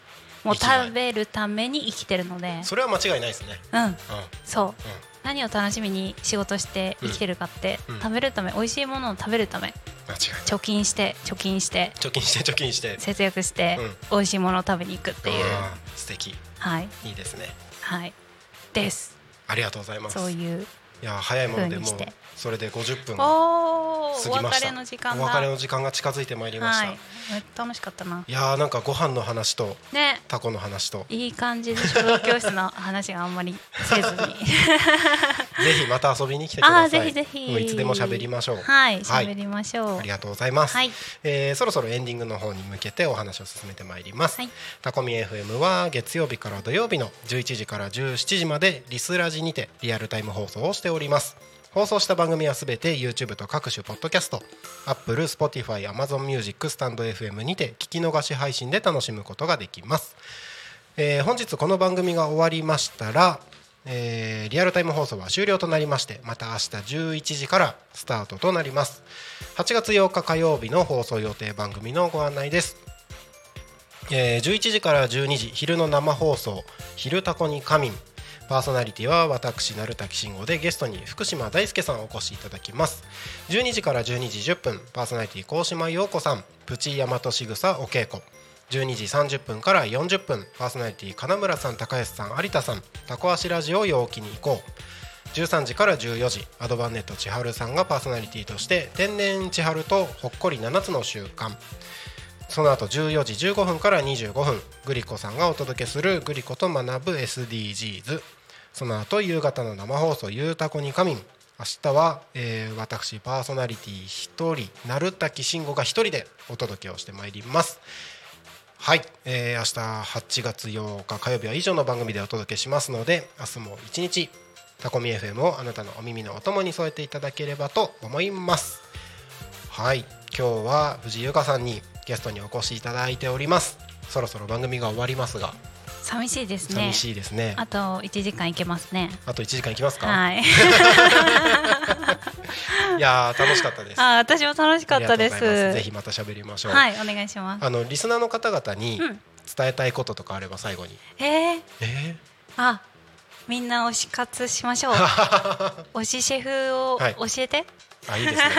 もう生きがい食べるために生きてるのでそれは間違いないですねうんうんそう、何を楽しみに仕事して生きてるかって、うんうん食べるため美味しいものを食べるため間違いない貯金して貯金して貯金して貯金して節約して、うん美味しいものを食べに行くっていう、あー素敵はいいいですねはいですありがとうございますそういいうやー早いものでふうもにうしてそれで50分過おーおぎまし別たれの時間おだ別れの時間が近づいてまいりました、はいい、楽しかったなやーなんかご飯の話とねタコの話といい感じで書道教室の話があんまりせずにぜひまた遊びに来てくださあいあぜひぜひもういつでも喋りましょうはい喋りましょう、ありがとうございます、はいえーそろそろエンディングの方に向けてお話を進めてまいります、はいタコミ FM は月曜日から土曜日の11時から17時までリスラジにてリアルタイム放送をしております放送した番組はすべて YouTube と各種ポッドキャスト Apple、Spotify、Amazon Music、スタンド FM にて聞き逃し配信で楽しむことができますえー本日この番組が終わりましたら、えーリアルタイム放送は終了となりましてまた明日11時からスタートとなります8月8日火曜日の放送予定番組のご案内です、えー11時から12時昼の生放送「昼タコに仮眠」パーソナリティは私鳴滝慎吾でゲストに福島大輔さんをお越しいただきます12時から12時10分パーソナリティ高島陽子さんプチ大和しぐさお稽古12時30分から40分パーソナリティ金村さん高橋さん有田さんタコ足ラジオ陽気に行こう13時から14時アドバンネット千春さんがパーソナリティとして天然千春とほっこり7つの習慣その後14時15分から25分グリコさんがお届けする「グリコと学ぶ SDGs」その後夕方の生放送「ゆうたこに仮眠」明日は、えー私パーソナリティ一人鳴滝慎吾が一人でお届けをしてまいりますはい、えー明日8月8日火曜日は以上の番組でお届けしますので明日も一日タコミ FM をあなたのお耳のお供に添えていただければと思いますはい今日は藤井由香さんにゲストにお越しいただいておりますそろそろ番組が終わりますが寂しいですね寂しいですねあと1時間いけますねあと1時間いきますか、はい い、やー楽しかったですあー私も楽しかったですありがとうございますぜひまた喋りましょう、はいお願いしますあのリスナーの方々にうん伝えたいこととかあれば最後に、えー、えあみんな推し活しま しょう推しシェフをはい教えてー、あいいです ね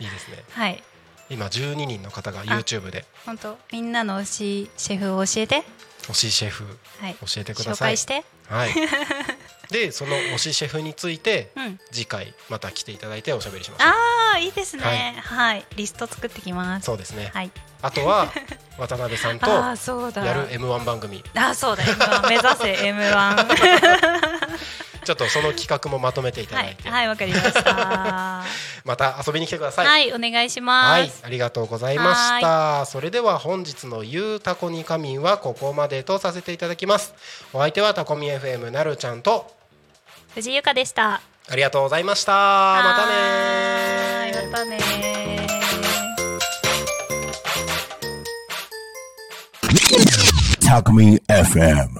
いいですねはい今12人の方が YouTube で本当みんなの推しシェフを教えて推しシェフはい教えてくだ紹さい介して はいでその推しシェフについて、うん次回また来ていただいておしゃべりしますああいいですねはい、リスト作ってきますそうですね、はいあとは渡辺さんと ああやそうだる M1 番組あーそうだ M1 目指せ M1 ちょっとその企画もまとめていたはだいいて、はいわかりました また遊びに来てくださいはいお願いしはまいす、ありがとうございました。それでは本日のゆうたこにかみんはここまでとさせていただきます。お相手はたこみん FM なるちゃんと藤井由香でしたありがとうございました。またねーはーいまたねー Talk Me FM.